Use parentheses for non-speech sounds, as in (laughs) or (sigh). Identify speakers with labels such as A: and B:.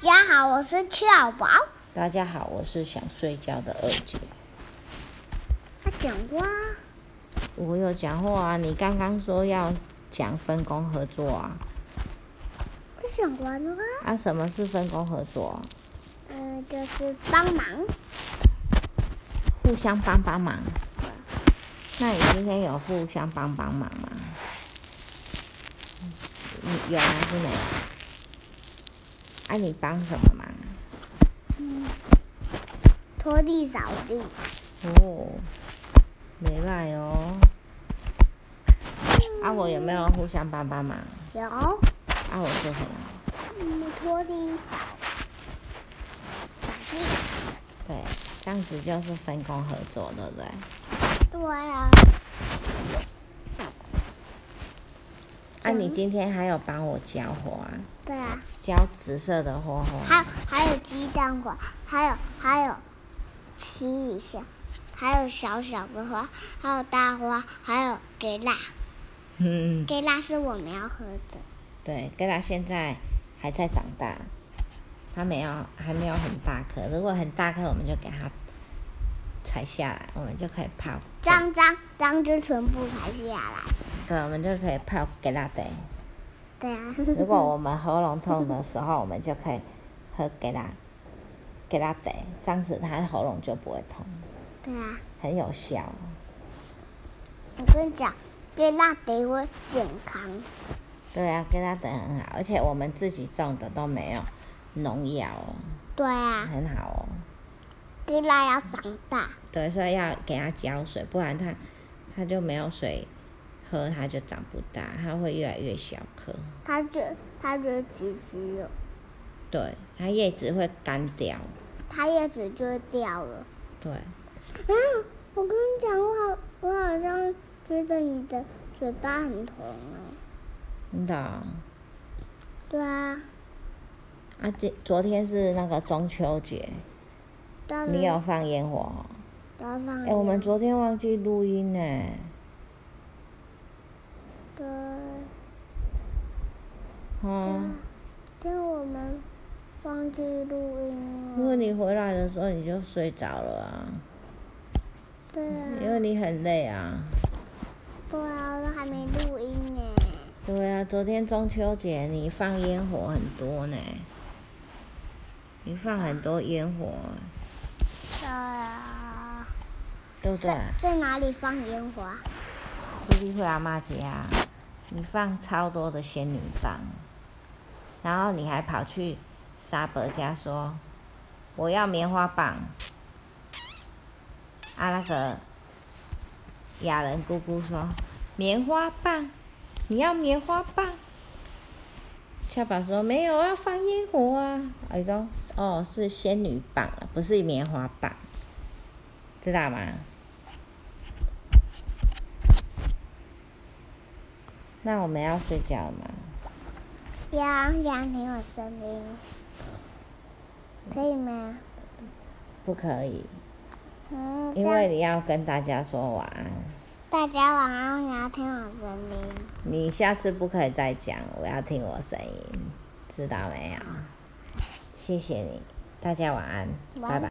A: 家好，我是俏宝。
B: 大家好，我是想睡觉的二姐。
A: 他讲过啊，
B: 我有讲话啊，你刚刚说要讲分工合作啊，
A: 我讲完了啊。
B: 啊，什么是分工合作啊？
A: 嗯，就是帮忙。
B: 互相帮帮忙。那你今天有互相帮帮忙吗？嗯你有还是没有？啊，你帮什么忙？
A: 嗯，拖地、扫地。
B: 哦，没赖哦。啊，我有没有互相帮帮忙？
A: 有，
B: 啊，我做什么？
A: 嗯，拖地、扫扫地。
B: 对，这样子就是分工合作，对不对？
A: 对啊，
B: 啊，
A: 怎么
B: 你今天还有帮我浇花，
A: 对啊，
B: 浇紫色的花
A: 还
B: 花。
A: 有还有鸡蛋花，还有还有奇异香，还有小小的花，还有大花，还有给蜡。
B: 嗯，
A: 给蜡是我们要喝的。
B: 对，跟它现在还在长大，它没有还没有很大颗。如果很大颗，我们就给它采下来，我们就可以泡。
A: 脏脏脏就全部裁下来。
B: 对，我们就可以泡给它的。
A: 对啊。 (laughs)
B: 如果我们喉咙痛的时候，我们就可以喝给它给它的，这样子它喉咙就不会痛，
A: 对啊，
B: 很有效。
A: 我跟你讲，给蜡得会健康。
B: 对啊，给它的很好，而且我们自己种的都没有农药哦。
A: 对啊，
B: 很好哦。
A: 给蜡要长大。
B: 对，所以要给它浇水，不然它它就没有水喝，它就长不大，它会越来越小颗。
A: 它就它就橘橘了，
B: 对，它叶子会干掉。
A: 它叶子就会掉了。 (laughs)
B: 对，
A: 啊，我跟你讲，我好我好像觉得你的嘴巴很疼哎。
B: 真的哦、
A: 对啊，
B: 啊，今昨天是那个中秋节，
A: 对
B: 你有放烟火、哦？
A: 要放
B: 哎、
A: 盐
B: 我们昨天忘记录音呢。
A: 对
B: 嗯，
A: 对，我们忘记录音
B: 如
A: 了。
B: 果你回来的时候你就睡着了啊，
A: 对啊。
B: 因为你很累啊。
A: 对啊，我还没录音呢。
B: 对啊，昨天中秋节你放烟火很多呢，你放很多烟火，
A: 对啊。
B: 对不对
A: 呃在？在哪里放烟花？
B: 朱丽慧阿妈家，啊你放超多的仙女棒，然后你还跑去沙伯家说我要棉花棒，啊那个雅人姑姑说棉花棒，你要棉花棒。俏宝说没有啊，放烟火啊。我讲哦，是仙女棒啊，不是棉花棒，知道吗？那我们要睡觉了吗？
A: 杨杨听我声音，可以吗？
B: 不可以，
A: 嗯，
B: 因
A: 这
B: 为
A: 样
B: 你要跟大家说晚安。
A: 大家晚安，你要听我声音。
B: 你下次不可以再讲，我要听我声音，知道没有？谢谢你，大家晚安，
A: 晚
B: 拜
A: 安
B: 拜。